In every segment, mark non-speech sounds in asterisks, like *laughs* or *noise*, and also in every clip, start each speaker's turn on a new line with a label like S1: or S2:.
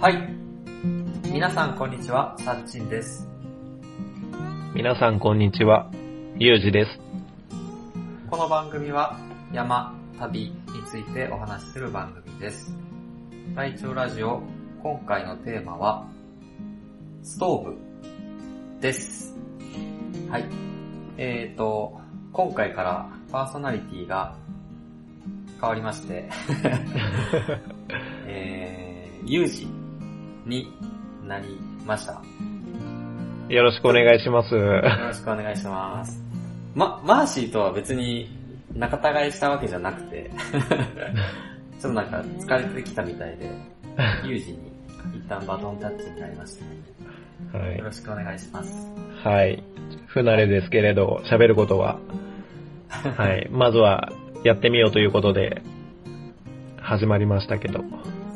S1: はい。皆さんこんにちは、さっちんです。
S2: 皆さんこんにちは。ゆうじです。
S1: この番組は山、旅についてお話しする番組です。ライチョウラジオ、今回のテーマは、ストーブです。はい。えーと、今回からパーソナリティが変わりまして、えー、ユージになりました。
S2: よろしくお願いします。
S1: よろしくお願いします。ま、マーシーとは別に仲違いしたわけじゃなく *laughs* て、ちょっとなんか疲れてきたみたいで、ユージに一旦バトンタッチになりました、
S2: はい
S1: よ。ろしくお願いします。
S2: はい。不慣れですけれど、喋ることは、はい。まずは、やってみようということで、始まりましたけど。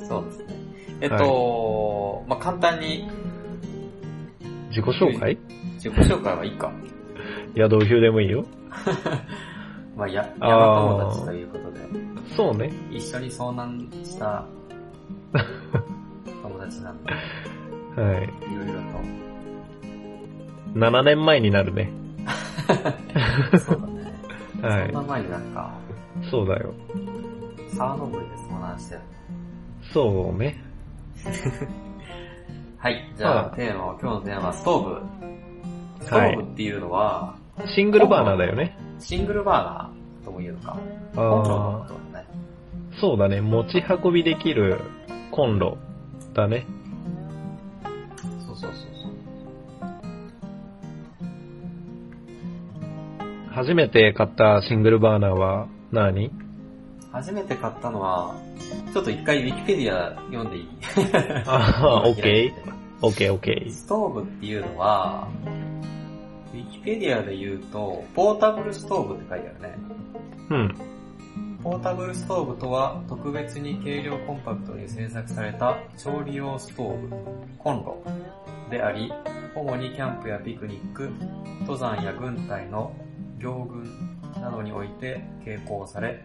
S1: そうですね。えっと、まあ、簡単に
S2: 自己紹介
S1: 自己紹介はいいか。
S2: いや、どういうでもいいよ。
S1: まあ、や、
S2: あー
S1: 山友達ということで、
S2: そうね。
S1: 一緒に遭難した友達なん *laughs* で、
S2: はい。
S1: いろいろと
S2: 7年前になるね。
S1: そうだ *laughs* ね。そ
S2: は
S1: ん
S2: い
S1: な。前になんか、
S2: そうだよ。
S1: 沢登りで遭難してる。
S2: そうね。
S1: はい。じゃ
S2: は
S1: あ、
S2: い
S1: テーマは、今日のテーマはストーブ。スト
S2: はい
S1: ーブっていうのは、
S2: シングルバーナーだよね。
S1: シングルバーナーとも言うのか。コンロのこ
S2: あ
S1: とだね。
S2: あ。そうだね。持ち運びできるコンロだね。
S1: そうそうそうそう。
S2: 初めて買ったシングルバーナーは何
S1: 初めて買ったのは、ちょっと一回ウィキペディア読んでいい
S2: *laughs* あ
S1: *laughs*
S2: あ、オッケー。
S1: ー。
S2: オッケーオッケ
S1: ストーブっていうのは、ウィキペディアで言うと、ポータブルストーブって書いてあるね。
S2: ー。うん。
S1: ポータブルストーブとは、特別に軽量コンパクトに製作された調理用ストーブ、コンロであり、主にキャンプやピクニック、登山や軍隊の行軍などにおいて携行され、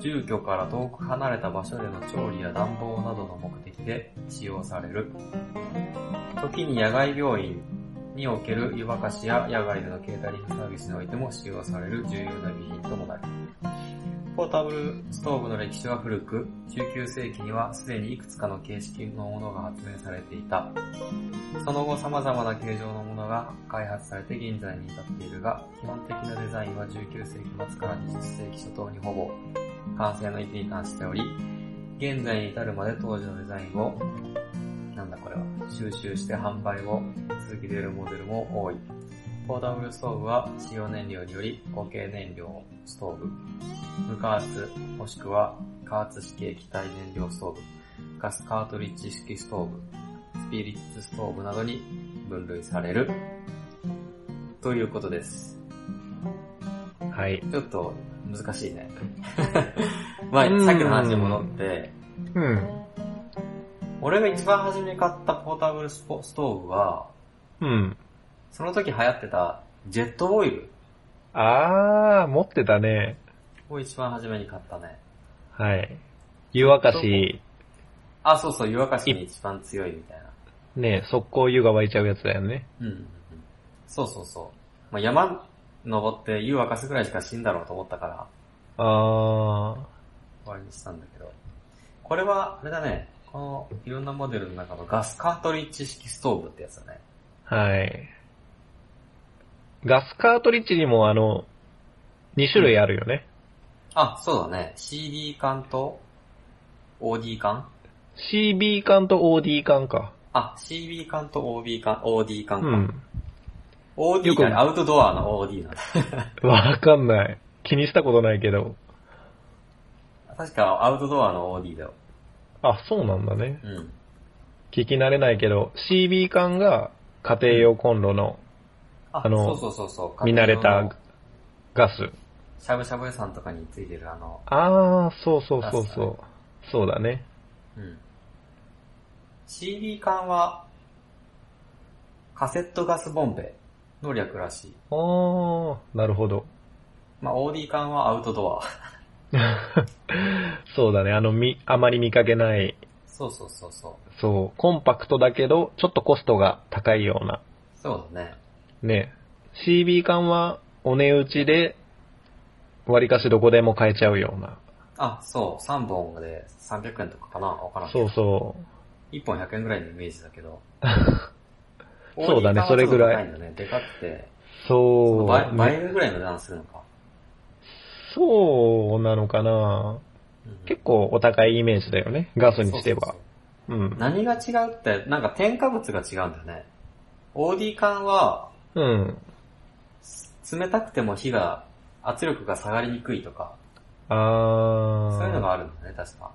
S1: 住居から遠く離れた場所での調理や暖房などの目的で使用される。時に野外病院における湯沸かしや野外でのケータリングサービスにおいても使用される重要な備品ともなる。ポータブルストーブの歴史は古く、19世紀にはすでにいくつかの形式のものが発明されていた。その後様々な形状のものが開発されて現在に至っているが、基本的なデザインは19世紀末から20世紀初頭にほぼ完成の域に達しており、現在に至るまで当時のデザインを、なんだこれは、収集して販売を続けているモデルも多い。ポータブルストーブは使用燃料により固形燃料ストーブ、無加圧もしくは加圧式液体燃料ストーブ、ガスカートリッジ式ストーブ、スピリッツストーブなどに分類される。ということです。
S2: はい。
S1: ちょっと難しいね。 *laughs* まあ、さっきの話に戻って、
S2: うん。
S1: 俺が一番初めに買ったポータブルスポストーブは、
S2: うん。
S1: その時流行ってたジェットオイル
S2: あー、持ってたね。
S1: を一番初めに買ったね。
S2: はい。湯沸かし、
S1: あ、そうそう、湯沸かしに一番強いみたいな。
S2: ね、速攻湯が沸いちゃうやつだよね。
S1: うんうんうん。そうそうそう。まあ、山登って湯沸かすぐらいしか死んだろうと思ったから、
S2: あ
S1: 終わりにしたんだけど。これは、あれだね、このいろんなモデルの中のガスカートリッジ式ストーブってやつだね。
S2: ー、はい。ガスカートリッジにもあの、2種類あるよね。
S1: あ、そうだね。CD 缶と OD 缶
S2: CB 缶と OD 缶か。
S1: あ、CB 缶と OB 缶、OD 缶
S2: う
S1: か。
S2: ん。
S1: OD
S2: よ
S1: 缶、
S2: く
S1: アウトドアの OD なんだ。
S2: わかんない。気にしたことないけど。
S1: 確かアウトドアの OD だよ。
S2: あ、そうなんだね。
S1: うん。
S2: 聞き慣れないけど、CB 缶が家庭用コンロの
S1: あ、
S2: あの
S1: そうそうそうそう。
S2: 見慣れ
S1: 家庭用
S2: た
S1: の
S2: ガス。
S1: しゃぶしゃぶ屋さんとかについてるあの、
S2: あー、そうそうそう
S1: ガスだね
S2: そう。そうだね。
S1: うん。CD 缶は、カセットガスボンベの略らしい。
S2: あー、なるほど。
S1: まあ、OD 缶はアウトドア。
S2: そうだね、あの、み、あまり見かけない、
S1: そうそうそうそう。
S2: そう、コンパクトだけど、ちょっとコストが高いような、
S1: そうだね。
S2: ね。CB 缶はお値打ちで、割かしどこでも買えちゃうような。
S1: あ、そう、3本で300円とかかなわからんけ
S2: そ
S1: ど。
S2: うそう。
S1: 1本100円ぐらいのイメージだけど。
S2: *laughs* そうだね
S1: OD 缶は
S2: それぐらい
S1: ちょっと高んだね。でかくて、
S2: そう。
S1: 倍倍ぐらいの値段するのか。
S2: そうなのかな
S1: うん
S2: 結構お高いイメージだよね。ガスにして
S1: そう
S2: は
S1: そう。
S2: う。
S1: そうん何が違うって、なんか添加物が違うんだよね。OD 缶は、
S2: うん。
S1: 冷たくても火が、圧力が下がりにくいとか、
S2: あー。
S1: そういうのがあるんだね、確か。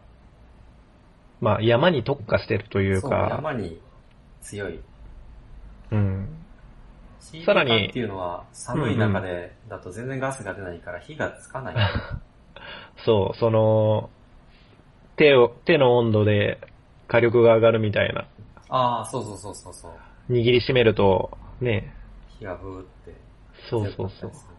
S2: まあ、山に特化してるという
S1: そう、
S2: か、
S1: 山に強い。
S2: うん。
S1: シー
S2: さらに
S1: 缶っていうのは寒い中でだと全然ガスが出ないから火がつかない。
S2: *laughs* そう、その、手を、手の温度で火力が上がるみたいな。
S1: ああ、そうそうそうそうそう。
S2: 握りしめると、ね、
S1: 火がブーって。
S2: そうそ
S1: 強くな
S2: うそう
S1: ったり。する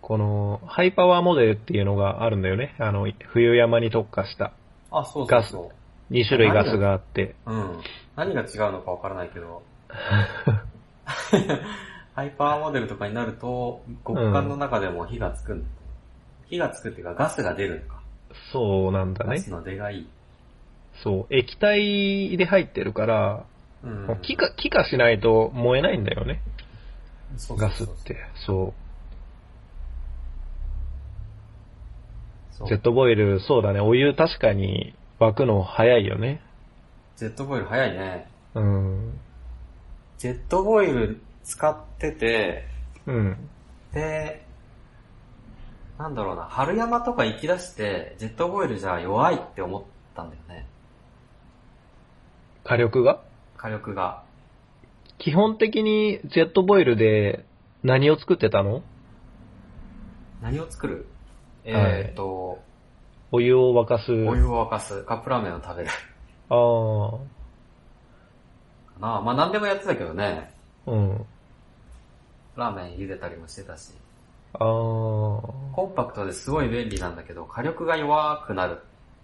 S2: この、ハイパワーモデルっていうのがあるんだよね。あの、冬山に特化した。
S1: あ、そうそうそ
S2: 2種類ガスがあって。
S1: う。うん。何が違うのかわからないけ
S2: *laughs*
S1: ど。ハイパーモデルとかになると、極寒の中でも火がつくんだ、火がつくっていうかガスが出るのか。
S2: そうなんだ
S1: ガ
S2: ね
S1: ス。の出がいい。
S2: そう。液体で入ってるから、
S1: うん。
S2: 気化、気化しないと燃えないんだよね。
S1: そうそう
S2: ガス
S1: そう
S2: って。そ。
S1: そうう
S2: ジェットボイル、そうだね。お湯確かに沸くの早いよね。
S1: ジェットボイル早いね。
S2: うん。
S1: ジェットボイル使ってて、
S2: うん。
S1: で、なんだろうな、春山とか行き出して、ジェットボイルじゃ弱いって思ったんだよね。
S2: 火力が
S1: 火力が。
S2: 基本的にジェットボイルで何を作ってたの
S1: 何を作るえーっと、
S2: お湯を沸かす。
S1: お湯を沸かす、カップラーメンを食べる
S2: あ
S1: かな。まあ何でもやってたけどね。
S2: あ。うん。
S1: ラーメン茹でたりもしてたし。
S2: ああ。
S1: コンパクトですごい便利なんだけど、火力が弱くなるっ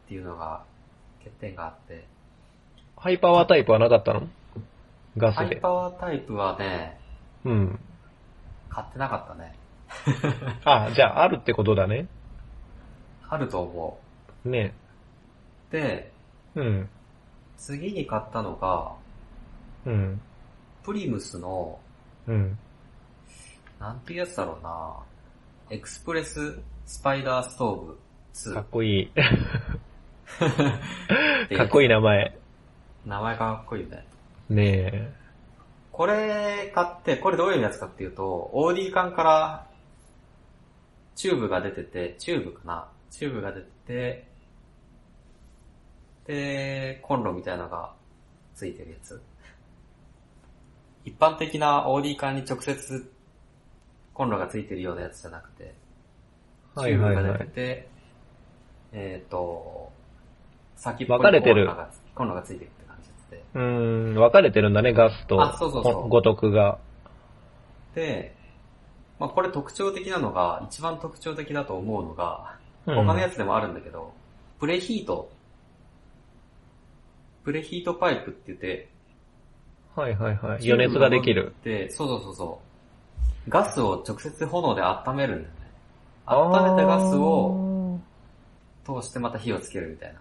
S1: ていうのが欠点があって。
S2: ハイパワータイプはなかったのガ
S1: ハ
S2: ス
S1: イ
S2: で。
S1: パワータイプはね、
S2: うん。
S1: 買ってなかったね。
S2: あ、じゃああるってことだね。
S1: あると思
S2: ね。
S1: う。で、
S2: うん。
S1: 次に買ったのが、
S2: うん。
S1: プリムスの、
S2: うん。
S1: なんていうやつだろうなエクスプレススパイダーストーブ
S2: か
S1: 2
S2: っこい
S1: ってい
S2: い。
S1: う。
S2: かっこいい名前。
S1: 名前かっこいいよね。
S2: ねえ。
S1: これ買って、これどういうやつかっていうと、OD 缶からチューブが出てて、チューブかなチューブが出てて、で、コンロみたいなのがついてるやつ。一般的な OD 缶に直接コンロがついてるようなやつじゃなくて、チ
S2: はい
S1: ュー
S2: は
S1: ブ
S2: い
S1: が
S2: は
S1: 出て
S2: い。
S1: て、えっ、と、先っぽ
S2: 分かれ
S1: にコ
S2: て
S1: ン
S2: る
S1: ロがコンロがついてるって感じで。
S2: うーん、分かれてるんだね、ガスと。
S1: あそうそうそう
S2: ごとくが。
S1: で、まあ、これ特徴的なのが、一番特徴的だと思うのが、
S2: うん
S1: 他のやつでもあるんだけど、プレヒート。プレヒートパイプって言って、
S2: はいはいはい。余熱ができる。
S1: で、そうそうそうそう。ガスを直接炎で温めるんだよね。
S2: あー
S1: 温めたガスを。通してまた火をつけるみたいな。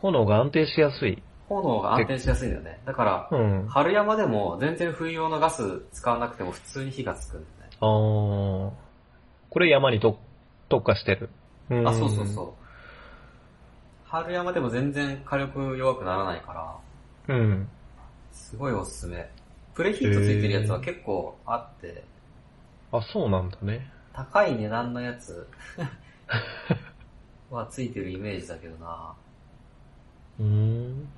S2: 炎が安定しやすい。
S1: 炎が安定しやすいんだよね。だから、
S2: うん。あ
S1: 春山でも全然冬用のガス使わなくても普通に火がつくんだよね。
S2: あー。これ山にと特化してる。ん
S1: あ、そうそうそう。春山でも全然火力弱くならないから、
S2: う。うん。
S1: すごいおすすめ。プレヒートついてるやつは結構あって、
S2: あ、そうなんだね。
S1: 高い値段のやつ *laughs* はついてるイメージだけどな
S2: うーん。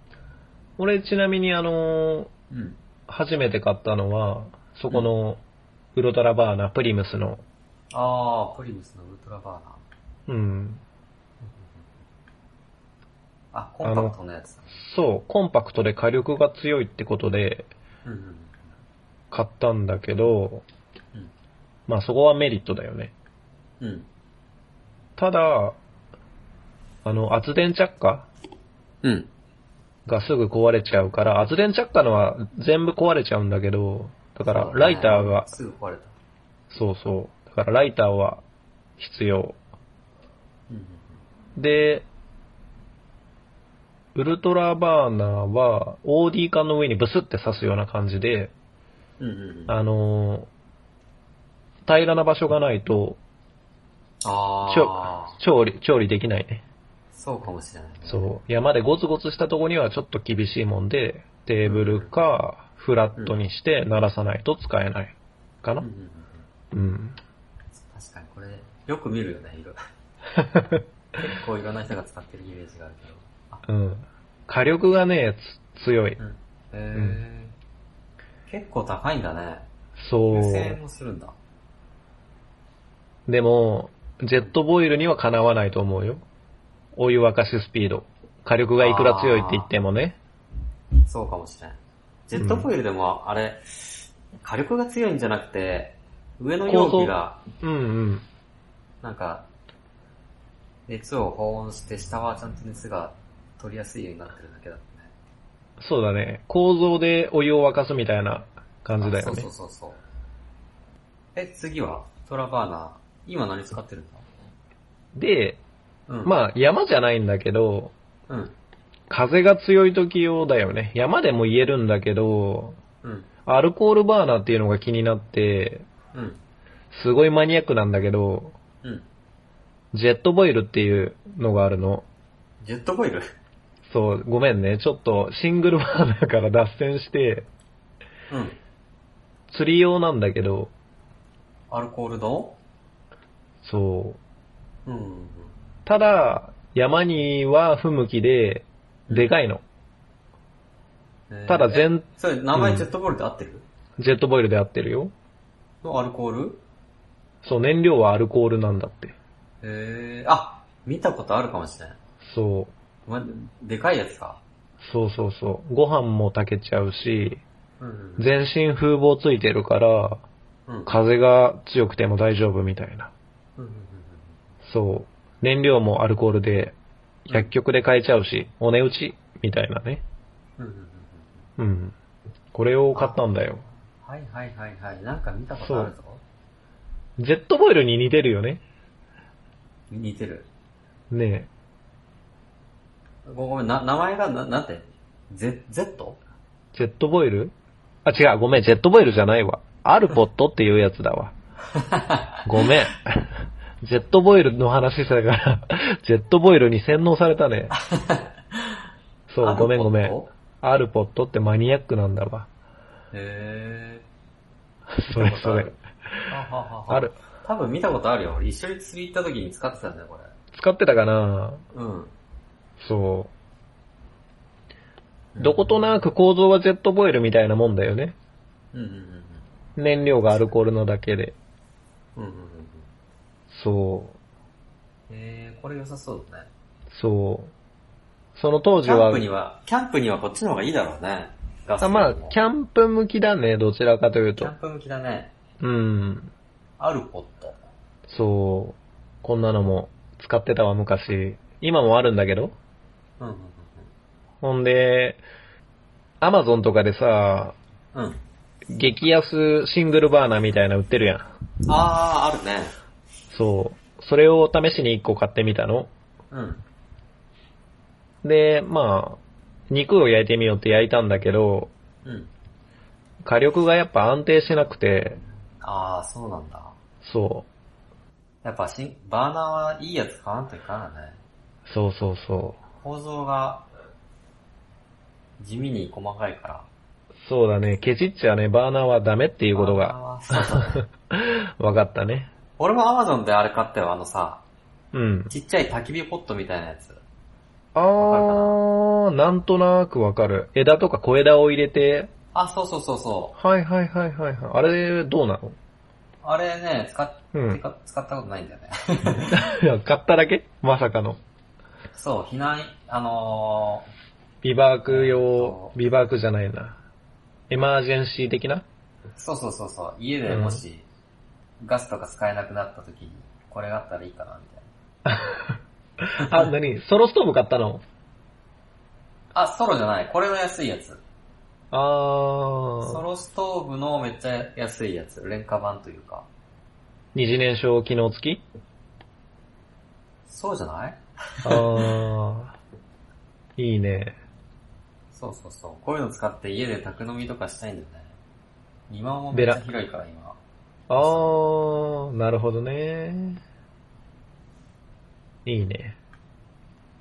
S2: 俺ちなみにあのー
S1: うん。
S2: 初めて買ったのは、そこの、ウルトラバーナ、プリムスの、
S1: あー、プリムスのウルトラバーナー。
S2: うん。
S1: あ、コンパクトのやつだ。
S2: そう、コンパクトで火力が強いってことで、
S1: うんうん。
S2: 買ったんだけど、
S1: うん
S2: まあそこはメリットだよね。
S1: うん。
S2: ただ、あの、圧電着火
S1: うん。
S2: がすぐ壊れちゃうから、圧電着火のは全部壊れちゃうんだけど、だからライターが、
S1: すぐ壊れた。
S2: そうそう、だからライターは必要。
S1: うん。
S2: で、ウルトラバーナーは OD 缶の上にブスって刺すような感じで、
S1: うんうんうん。
S2: あのー平らな場所がないと
S1: あー。
S2: 調理、調理できないね。
S1: そうかもしれないね。
S2: そう。山でゴツゴツしたとこにはちょっと厳しいもんで、テーブルかフラットにして鳴らさないと使えない。か
S1: う
S2: なん
S1: うんうん。
S2: うん。
S1: 確かにこれ、よく見るよね、
S2: *laughs*
S1: 色。結構いろんな人が使ってるイメージがあるけど。あ、
S2: うん。火力がね、つ強い。
S1: うん。えー。結構高いんだね。
S2: そ
S1: 5000円
S2: う。
S1: もするんだ。
S2: でも、ジェットボイルにはかなわないと思うよ。お湯沸かしスピード。火力がいくら強いって言ってもね。
S1: そうかもしれん。ジェットフォイルでも、あれ、火力が強いんじゃなくて、上の容器が、
S2: うんうん。
S1: なんか、熱を保温して、下はちゃんと熱が取りやすいようになってるだけだったね。
S2: そうだね。構造でお湯を沸かすみたいな感じだよ
S1: あ
S2: ね
S1: そう。そうそうそう。え、次は、トラバーナー。今何使ってるんだ
S2: で、
S1: うん。あ、
S2: まあ山じゃないんだけど、
S1: うん。
S2: 風が強い時用だよね。山でも言えるんだけど、
S1: うん。
S2: アルコールバーナーっていうのが気になって、
S1: うん。
S2: すごいマニアックなんだけど、
S1: うん。
S2: ジェットボイルっていうのがあるの。
S1: ジェットフォイル
S2: そう、ごめんね。ちょっとシングルバーナーから脱線して、
S1: うん。
S2: 釣り用なんだけど、
S1: アルコールの
S2: そう。
S1: うんうんうん。
S2: ただ、山には不向きで、でかいの。
S1: えー
S2: ただ
S1: え
S2: 全、
S1: それ、名前ジェットフォイルで合ってる、
S2: ジェットボイルで合ってるよ。
S1: のアルコール
S2: そう、燃料はアルコールなんだって。
S1: えー、あ、見たことあるかもしれない。
S2: そう。
S1: ま、でかいやつか。
S2: そうそうそう。ご飯も炊けちゃうし、
S1: うんうん。
S2: 全身風防ついてるから、
S1: うん。
S2: 風が強くても大丈夫みたいな。
S1: うんうんうん
S2: そう。燃料もアルコールで、薬局で買えちゃうし、お値打ちみたいなね。
S1: うんうんうんうん
S2: うん。これを買ったんだよ。
S1: はいはいはいはい。なんか見たことあるぞ。
S2: ジェットボイルに似てるよね。
S1: 似てる。
S2: ね
S1: ごごめん、な、名前が、な、なんて ?Z、Z?
S2: え。ジェットボイルあ、違う。ごめん。ジェットボイルじゃないわ。アルポットっていうやつだわ。ごめん。ジェットボイルの話したから、ジェットボイルに洗脳されたね。そう、ごめんごめん。アルポットってマニアックなんだわ。
S1: へ
S2: それそれ。
S1: ー。はははは
S2: *laughs* ある。。
S1: 多分見たことあるよ。俺一緒に釣り行った時に使ってたんだよ、こ
S2: 使ってたかな
S1: れ。うん。
S2: そ
S1: うん
S2: う。どことなく構造はジェットボイルみたいなもんだよね。
S1: うんうんうん
S2: 燃料がアルコールのだけで。
S1: うん。うんうんうんうん。
S2: そ
S1: えー、これ良さそうだね。
S2: う。そう。その当
S1: キ
S2: 時
S1: ャン
S2: は
S1: プ、には、キャンプにはこっちの方がいいだろうね。ガス
S2: あ
S1: より
S2: まあ、
S1: も
S2: キャンプ向きだね、どちらかという
S1: キ
S2: と
S1: ャ。ンプ向きだね。
S2: うん。
S1: アルポット。
S2: そう。こんなのも使ってたわ、昔。今もあるんだけど。
S1: うんうん
S2: ほんで、アマゾンとかでさ、
S1: うん。うん。
S2: 激安シングルバーナーみたいなの売ってるやん。
S1: あー、あるね。
S2: そう。それを試しに1個買ってみたの。
S1: うん。
S2: で、まあ、肉を焼いてみようって焼いたんだけど、
S1: うん。
S2: 火力がやっぱ安定しなくて、
S1: あー、そうなんだ。
S2: そ
S1: やっぱしん、バーナーはいいやつ買わんといかんよね。
S2: う。そうそうそ
S1: 構造が、地味に細かいから。
S2: う。そうだね。ケチっちゃね、バーナーはダメっていうことが
S1: バーナーはそうだね
S2: 分かったね。
S1: 俺も Amazon であれ買ったよ、あのさ、
S2: うん。
S1: ちっちゃい焚き火ポットみたいなやつ。か
S2: あ
S1: るか
S2: ー、なんとなくわかる。枝とか小枝を入れて、
S1: あ、そうそうそうそ
S2: はいはいはいはいはい。あれ、どうなの
S1: う。あれね、使っ、
S2: うん *laughs*
S1: てか使ったことないんだよね。 *laughs*
S2: いや買っただけまさかの。
S1: そう、避難、あの
S2: ビバー
S1: えー
S2: ク用
S1: と、
S2: ビバークじゃないな。エマージェンシー的な
S1: ー、そうそうそうそう、家でもし、ガスとか使えなくなった時に、これがあったらいいかな、みたいな。
S2: あ、なにソロストーブ買ったの
S1: あ、ソロじゃない。これの安いやつ。ソ
S2: あー。
S1: ロストーブのめっちゃ安いやつ。廉価版というか。
S2: 二次燃焼機能付き
S1: そうじゃない
S2: あー。いいね。
S1: そうそうそう。こういうの使って家で宅飲みとかしたいんだよね。庭もめっちゃ広いから今。
S2: あー、なるほどね。いいね。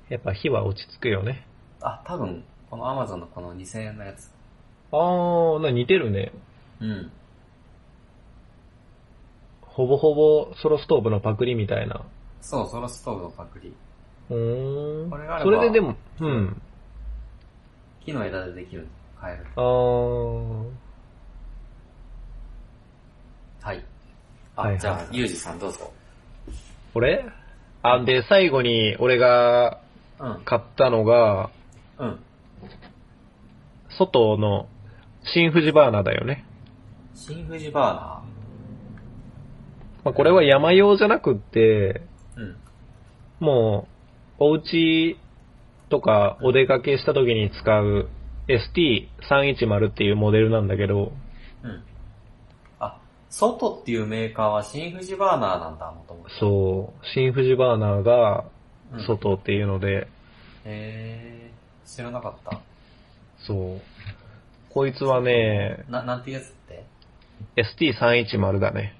S2: やっぱ火は落ち着くよね。
S1: あ、多分、この Amazon のこの2000円のやつ。
S2: あー、な似てるね。
S1: うん。
S2: ほぼほぼソロストーブのパクリみたいな。
S1: そう、ソロストーブのパクリ。
S2: うーん
S1: これがあれば
S2: それででも、うん。
S1: 木の枝でできるの。買える。
S2: あー。
S1: はい。あ、
S2: はいはい
S1: じゃあ、ゆうじさんどうぞ。
S2: 俺あ、で、最後に俺が
S1: うん。
S2: 買ったのが、
S1: うん。
S2: 外の新富士バーナーだよね。
S1: 新富士バ
S2: まあ、これは山用じゃなくって、
S1: ーナー。うん。
S2: もう、お家とかお出かけした時に使う ST310 っていうモデルなんだけど、
S1: うん。あ、ソトっていうメーカーは新富士バーナーなんだ、もともと。
S2: そう、新富士バーナーが
S1: うん
S2: 外っていうので、
S1: へー、知らなかった。
S2: そう。こいつはね、
S1: な、なんていうやつって
S2: ST310 だね。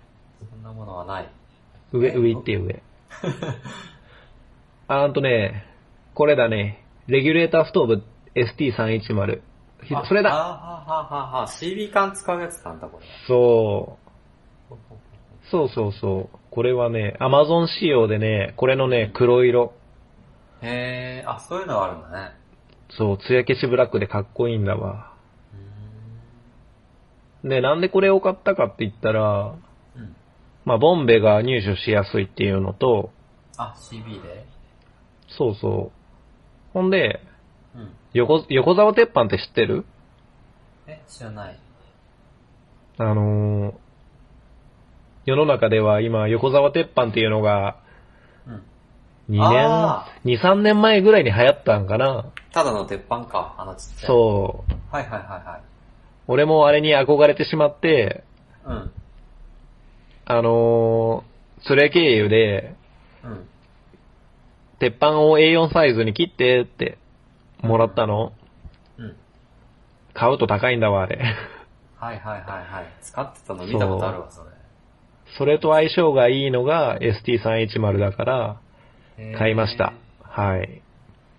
S1: そんなものはない。
S2: 上、
S1: え
S2: 上行ってよ
S1: *laughs*
S2: 上。あーんとね、これだね。レギュレーターストーブ ST310。ひ
S1: あ
S2: それ
S1: あ
S2: だ。
S1: はははは CB 缶使うやつなんだ、これ。
S2: そう。そうそうそう。これはね、Amazon 仕様でね、これのね、黒色。
S1: へー、あ、そういうのがあるんだね。
S2: そう、艶消しブラックでかっこいいんだわ。
S1: う
S2: で、なんでこれを買ったかって言った
S1: ー
S2: ら、
S1: ん。うん。
S2: まあ、ボンベが入手しやすいっていうのと、
S1: あ、CB で
S2: そうそう。ほんで、
S1: うん。
S2: 横、横沢鉄板って知ってる
S1: え、知らない。
S2: あのー世の中では今、横沢鉄板っていうのが、
S1: うん。
S2: 2
S1: あ
S2: 年、2、3年前ぐらいに流行ったんかな。
S1: ただの鉄板か、あのちっちゃい。う。
S2: そう。
S1: はいはいは
S2: 俺もあれに憧れてしまって、
S1: いはい。
S2: あのーそれ経由で、
S1: うん。うん。
S2: 鉄板を A4 サイズに切ってって、もらったの。
S1: うん。
S2: 買うと高いんだわ、あれ。 *laughs*
S1: はいはいはいはい。使ってたの見たことあるわ、それ。
S2: それと相性がいいのが ST310 だから、
S1: へー
S2: 買いました。はい。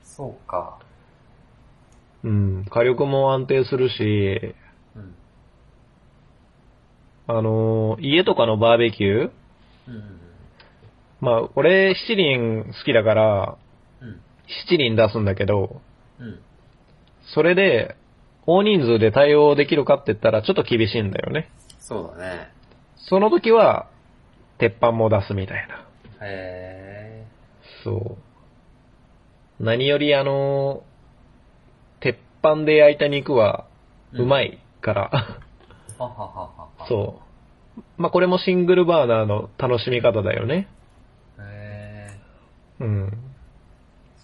S1: そうか。
S2: うん。火力も安定するし、
S1: うん。
S2: あのー家とかのバーベキュー
S1: うん
S2: まあ、俺、七輪好きだから、
S1: うんうん。
S2: 七輪出すんだけど、
S1: うん。うん。
S2: それで、大人数で対応できるかって言ったらちょっと厳しいんだよね。
S1: そうだね。
S2: その時は、鉄板も出すみたいな。
S1: へ
S2: そう。何よりあのー鉄板で焼いた肉は、
S1: ー。
S2: うま
S1: い。
S2: いから。 *laughs*
S1: ははははは。
S2: そう。まあ、これもシングルバーナーの楽しみ方だよね。
S1: へー。
S2: うん。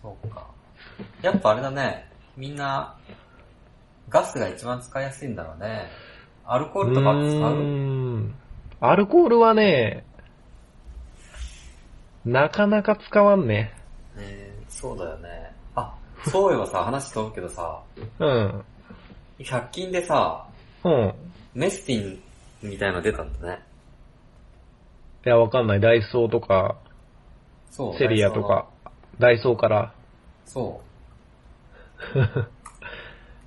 S1: そうか。やっぱあれだね。みんな、ガスが一番使いやすいんだろうね。アルコールとか使
S2: うー
S1: うん
S2: アルコールはね、なかなか使わんね。
S1: えー、そうだよね。あ、そういえばさ、話飛ぶけどさ、
S2: うん。
S1: 100均でさ、
S2: うん。
S1: メスティンみたいの出たんだね。
S2: いや、わかんない。ダイソーとか、
S1: そう。
S2: セリアとか、ダイソーから
S1: そう。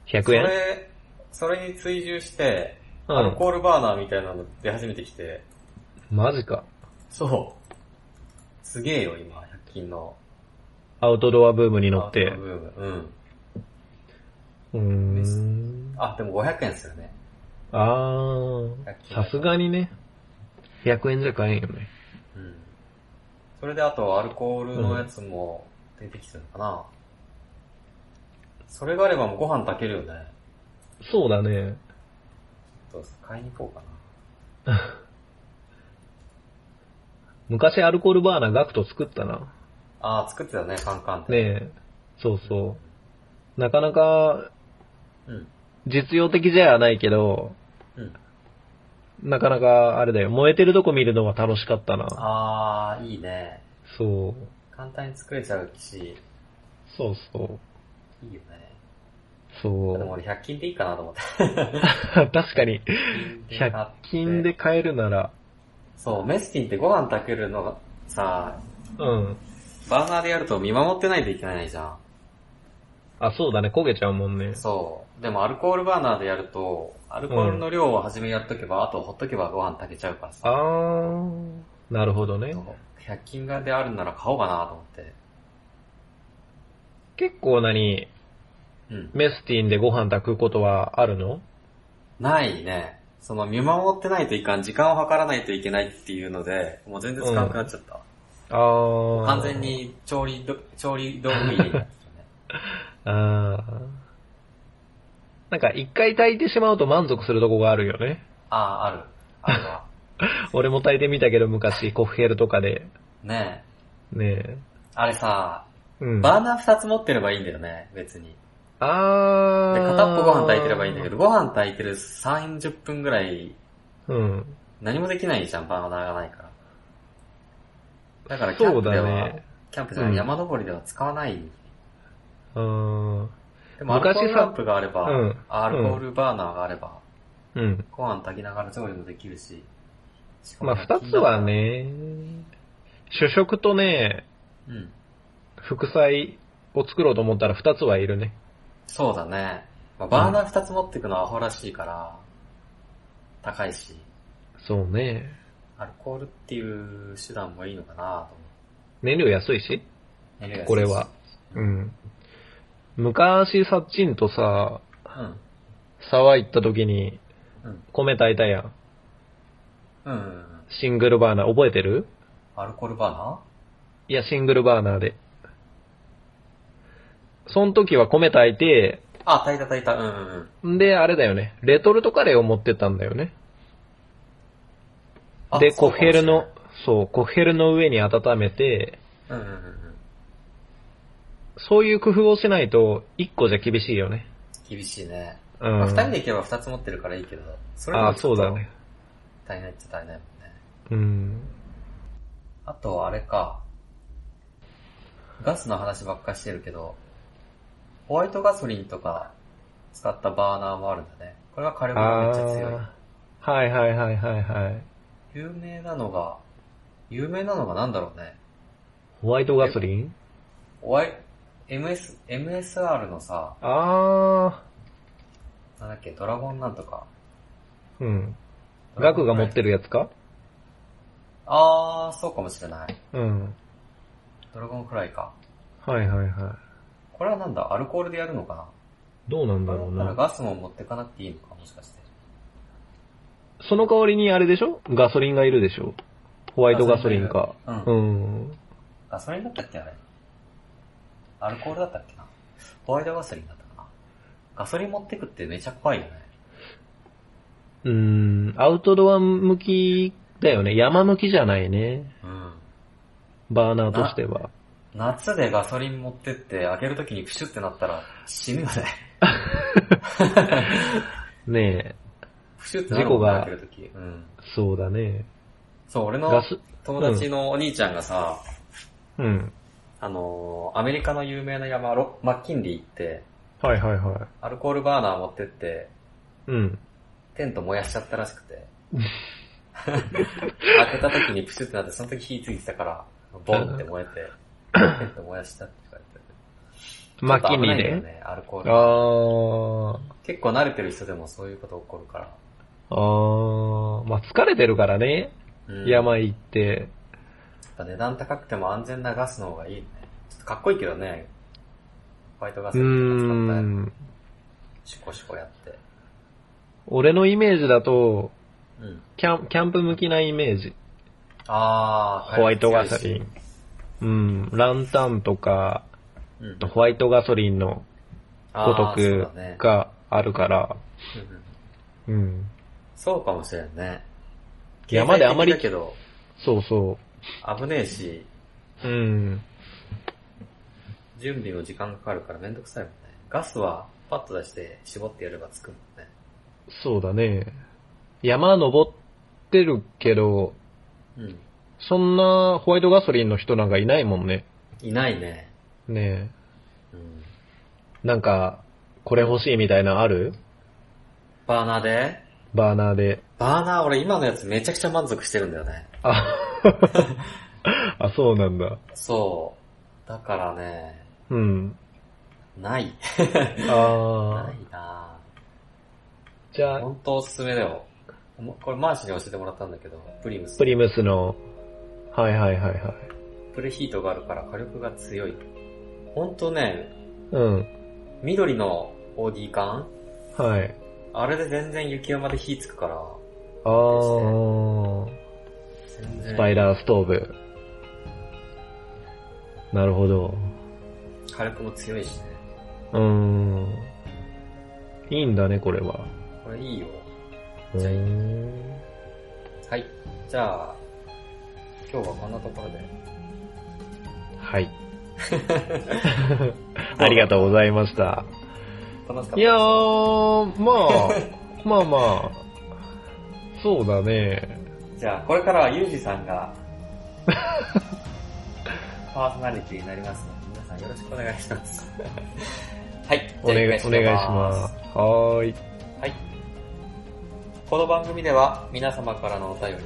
S1: そ
S2: 100円
S1: れ、それに追従して、
S2: う
S1: アル
S2: ん。
S1: コールバーナーみたいなの出始めてきて、
S2: マジか。
S1: そう。すげえよ、今、100均の。
S2: アウトドアブームに乗っ
S1: アウ
S2: て
S1: ト。ドアブームうん。
S2: うーん。
S1: あ、でも500円ですよね。
S2: あー。さすがにね。100円じゃ買えんよね。
S1: うん。それであとアルコールのやつも出てきてるのかな、それがあればもうご飯炊けるよね。
S2: そうだね。
S1: ょっと買いに行こうかな。
S2: 昔アルコールバーナーガクト作ったな。
S1: ああ、作ってたね、カンカンって。
S2: ねえ。そうそう。なかなか
S1: うん。
S2: 実用的じゃないけど、
S1: うん。
S2: なかなかあれだよ。燃えてるとこ見るのが楽しかったな。
S1: ああ、いいね。
S2: そう。
S1: 簡単に作れちゃうし、
S2: そうそう。
S1: いいよね。
S2: そ
S1: でも
S2: う。
S1: 俺100均でいいかなと思って。
S2: *laughs* 確か
S1: 買っ
S2: に、
S1: て
S2: 100均で。買えるなら、
S1: そう、メスティンってご飯炊けるのがさ、
S2: うん。
S1: バーナーでやると見守ってないといけないじゃん。
S2: あ、そうだね、焦げちゃうもんね。
S1: そう。でもアルコールバーナーでやると、アルコールの量を初めやっとけば、あとほっとけばご飯炊けちゃうからさ。
S2: あー、なるほどね
S1: そう。100均がであるんなら買おうかなと思って。
S2: 結構なに、
S1: うん。
S2: メスティンでご飯炊くことはあるの
S1: ないね。その見守ってないといかん、時間を計らないといけないっていうので、もう全然使わなくなっちゃった。
S2: あー。
S1: 完全。に調理ど、調理道具入れになってたね。
S2: あー。なんか一回炊いてしまうと満足するとこがあるよね。
S1: ああ、ある。あるわ。
S2: 俺も炊いてみたけど昔、コフヘルとかで。
S1: ねえ。
S2: ねえ。
S1: あれさ、
S2: うん。
S1: バーナー二つ持ってればいいんだよね、別に。
S2: あ
S1: で、
S2: ー。
S1: 片っぽご飯炊いてればいいんだけど、。ご飯炊いてる30分ぐらい、
S2: うん。
S1: 何もできないじゃん、バーナーがないから。だからキャ
S2: そ
S1: ン
S2: う
S1: プで
S2: だ
S1: は、
S2: ね。
S1: キャンプじゃない、
S2: うん
S1: 山登りでは使わない。
S2: うん。
S1: でもアルコールランプがあれば、
S2: うん
S1: アルコールバーナーがあれば、
S2: うん。
S1: ご飯炊きながら調理もできるし。しか
S2: ま
S1: も
S2: あ、二つは。ね、主食とね、
S1: うん。
S2: 副菜を作ろうと思ったら二つはいるね。
S1: そうだね。まあ、バーナー二つ持ってくのはアホらしいから、高いし、
S2: そうね。
S1: アルコールっていう手段もいいのかなと
S2: 燃料安いし、
S1: 思う。
S2: これは。うん。昔、さっちんとさ、
S1: うん。
S2: 沢行った時に
S1: うん、
S2: 米炊いたやん。
S1: うんうんうん。
S2: シングルバーナー、覚えてる
S1: アルコールバーナ
S2: いや、シングルバーナーで。その時は米炊いて、
S1: ーあ、炊いた炊いた。うんうんうん。
S2: んで、あれだよね。レトルトカレーを持ってったんだよね。
S1: あ
S2: で、
S1: そ
S2: コ
S1: う
S2: フ
S1: かも
S2: ヘ
S1: しれ
S2: ル
S1: ない
S2: の、そう、コフヘルの上に温めて、
S1: うんうんうんうん。
S2: そういう工夫をしないと、1個じゃ厳しいよね。
S1: 厳しいね。
S2: う
S1: まあ、
S2: ん。
S1: 二人で行けば二つ持ってるからいいけど、それ
S2: あ
S1: も
S2: あ、そうだね。
S1: 足りないっちゃ足りないもんね。
S2: うん。
S1: あと、あれか。ガスの話ばっかしてるけど、ホワイトガソリンとか使ったバーナーもあるんだね。これは火力がめっちゃ強い。
S2: ああ、はいはいはいはいはい。
S1: 有名なのが、有名なのがなんだろうね。
S2: ホワイトガソリン
S1: ホワイ、MS、MSR のさ、
S2: ああ、
S1: なんだっけ、ドラゴンなんとか。
S2: うん。ガクが持って
S1: る。
S2: るやつか
S1: あー、そうかもしれない。
S2: うん。
S1: ドラゴンフライか。
S2: はいはいは
S1: これはなんだ、アルコールでやるのか
S2: い。どうなん
S1: な
S2: だろう
S1: だから
S2: な。
S1: ガスも持ってかなくていいのか、もしかして。
S2: その代わりにあれでしょガソリンがいるでしょホワイトガソリンか。
S1: う。
S2: うんん。
S1: ガソリンだったっけあれ。アルコールだったっけな。ホワイトガソリンだったかな。ガソリン持ってくってめちゃ怖いよね。
S2: うん、アウトドア向きだよね。山向きじゃないね。
S1: うん。
S2: バーナーとしては。
S1: 夏でガソリン持ってって、開けるときにプシュってなったら死ぬよね。
S2: *laughs* ねえ、
S1: プシュってなるもんね
S2: 事故が
S1: 開けるとき。うん。
S2: そうだね。
S1: そう、俺の
S2: ガス、
S1: 友達のお兄ちゃんがさ、
S2: うん。
S1: あのーアメリカの有名な山、ロマッキンリー行って、
S2: はいはいは
S1: アルコールバーナー持ってって、
S2: い。うん。
S1: テント燃やしちゃったらしくて。開けた時にプシュってなって、その時火ついてたから、ボンって燃えて、テント燃やしたって書いてある。
S2: マッキンリ
S1: ちょっ
S2: ー
S1: と危ないよ
S2: で。
S1: ね、アルコー
S2: あ
S1: ル。
S2: ー。
S1: 結構慣れてる人でもそういうこと起こるから。
S2: あー。まあ、疲れてるからね。
S1: うん、やっ
S2: 山行って。
S1: ぱ値段高くても安全なガスの方がいいね。ちょっとかっこいいけどね。ホワイトガス
S2: うー
S1: とか使っ
S2: ん。
S1: て、シコシコやって。
S2: 俺のイメージだと、
S1: うん。
S2: キャンキャンプ向きなイメージ。
S1: あー、
S2: ホワイトガソ
S1: 火
S2: リ
S1: 力
S2: ン。うん。ランタンとか、
S1: 強いし。うん。
S2: ホワイトガソリンの
S1: あ
S2: ご
S1: ー
S2: と
S1: そう
S2: く
S1: だね
S2: があるから、
S1: うんうん
S2: うん。
S1: そうかもしれんね。
S2: 山であまり
S1: 経済的だけど、
S2: そうそ
S1: 危ねえし、
S2: う。うん。
S1: 準備も時間かかるからめんどくさいもんね。ガスはパッと出して絞ってやればつくもんね。
S2: そうだね。山登ってるけど、
S1: うん。
S2: そんなホワイトガソリンの人なんかいないもんね。
S1: いないね。
S2: ね
S1: うん。
S2: え。なんか、これ欲しいみたいなのある
S1: バーナーで
S2: バーナーで。
S1: バーナー俺今のやつめちゃくちゃ満足してるんだよね。
S2: あ、 *laughs* あそうなんだ。
S1: そう。だからね、
S2: うん。
S1: ない。な
S2: あ
S1: いな
S2: ーじゃ
S1: ぁ。
S2: あ、
S1: ほんとおすすめだよ。もこれマーシに教えてもらったんだけど、プリムス。
S2: プリムスの、はいはいはいはい。
S1: プレヒートがあるから火力が強い。ほんとね、
S2: うん。
S1: 緑の OD 缶
S2: はい。
S1: あれで全然雪山で火つくから、
S2: あー、
S1: 全然。
S2: スパイダーストーブ。なるほど。
S1: 火力も強いしね。
S2: うーん。いいんだね、これは。
S1: これいいよ。
S2: うーん
S1: はい。じゃあ、今日はこんなところで。 *laughs*
S2: はい。ありがとうございました。
S1: 楽しかった
S2: いやー、ま
S1: *laughs*
S2: あ、まあまあ、そうだね。
S1: じゃあ、これからはユージさんが、 *laughs* パーソナリティになりますので、皆さんよろしくお願いし
S2: *laughs*
S1: ます。はい。
S2: お願い
S1: じ
S2: お
S1: ゃあ。
S2: 願いしますす。はーい。
S1: はい。この番組では皆様からのお便り、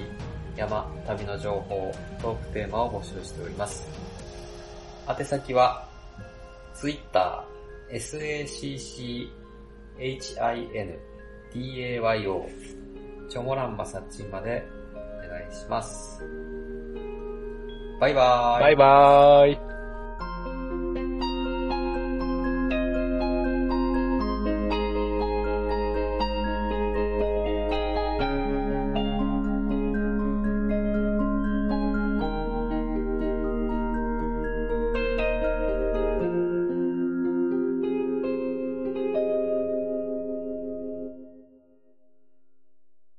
S1: 山、旅の情報、トークテーマを募集しております。宛先は、Twitter、sacchindayo、チョモランマサッチンまでお願いします。バイバーイ。
S2: バイバーイ。